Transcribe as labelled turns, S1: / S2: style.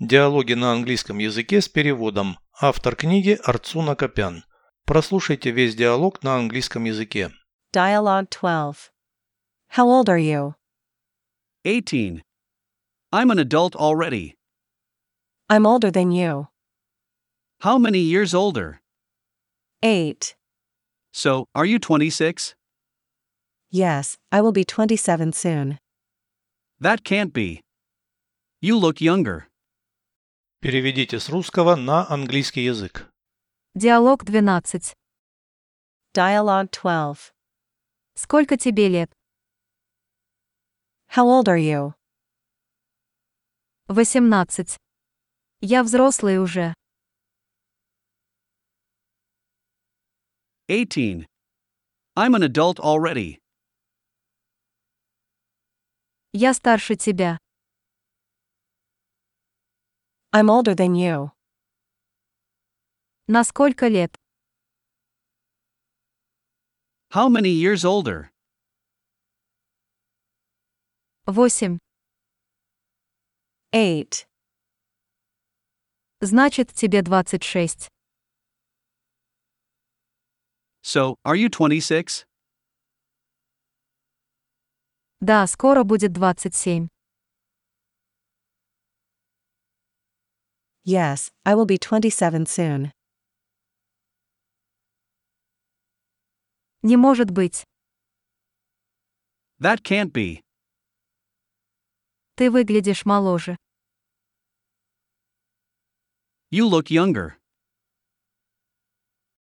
S1: Диалоги на английском языке с переводом. Автор книги Арцуна Копян. Прослушайте весь диалог на английском языке.
S2: Dialogue 12. How old are you?
S3: 18. I'm an adult already.
S2: I'm older than you.
S3: How many years older?
S2: 8.
S3: So, are you 26?
S2: Yes, I will be 27 soon.
S3: That can't be. You look younger.
S1: Переведите с русского на английский язык.
S4: Диалог 12.
S2: Dialogue 12.
S4: Сколько тебе лет?
S2: How old are you?
S4: 18. Я взрослый уже.
S3: 18. I'm an adult already.
S4: Я старше тебя.
S2: I'm older than you.
S4: На сколько лет?
S3: How many years older?
S4: 8.
S2: 8.
S4: Значит, тебе 26.
S3: So, are you 26?
S4: Да, скоро будет 27.
S2: Yes, I will be 27 soon.
S4: Не может быть.
S3: That can't be.
S4: Ты выглядишь моложе.
S3: You look younger.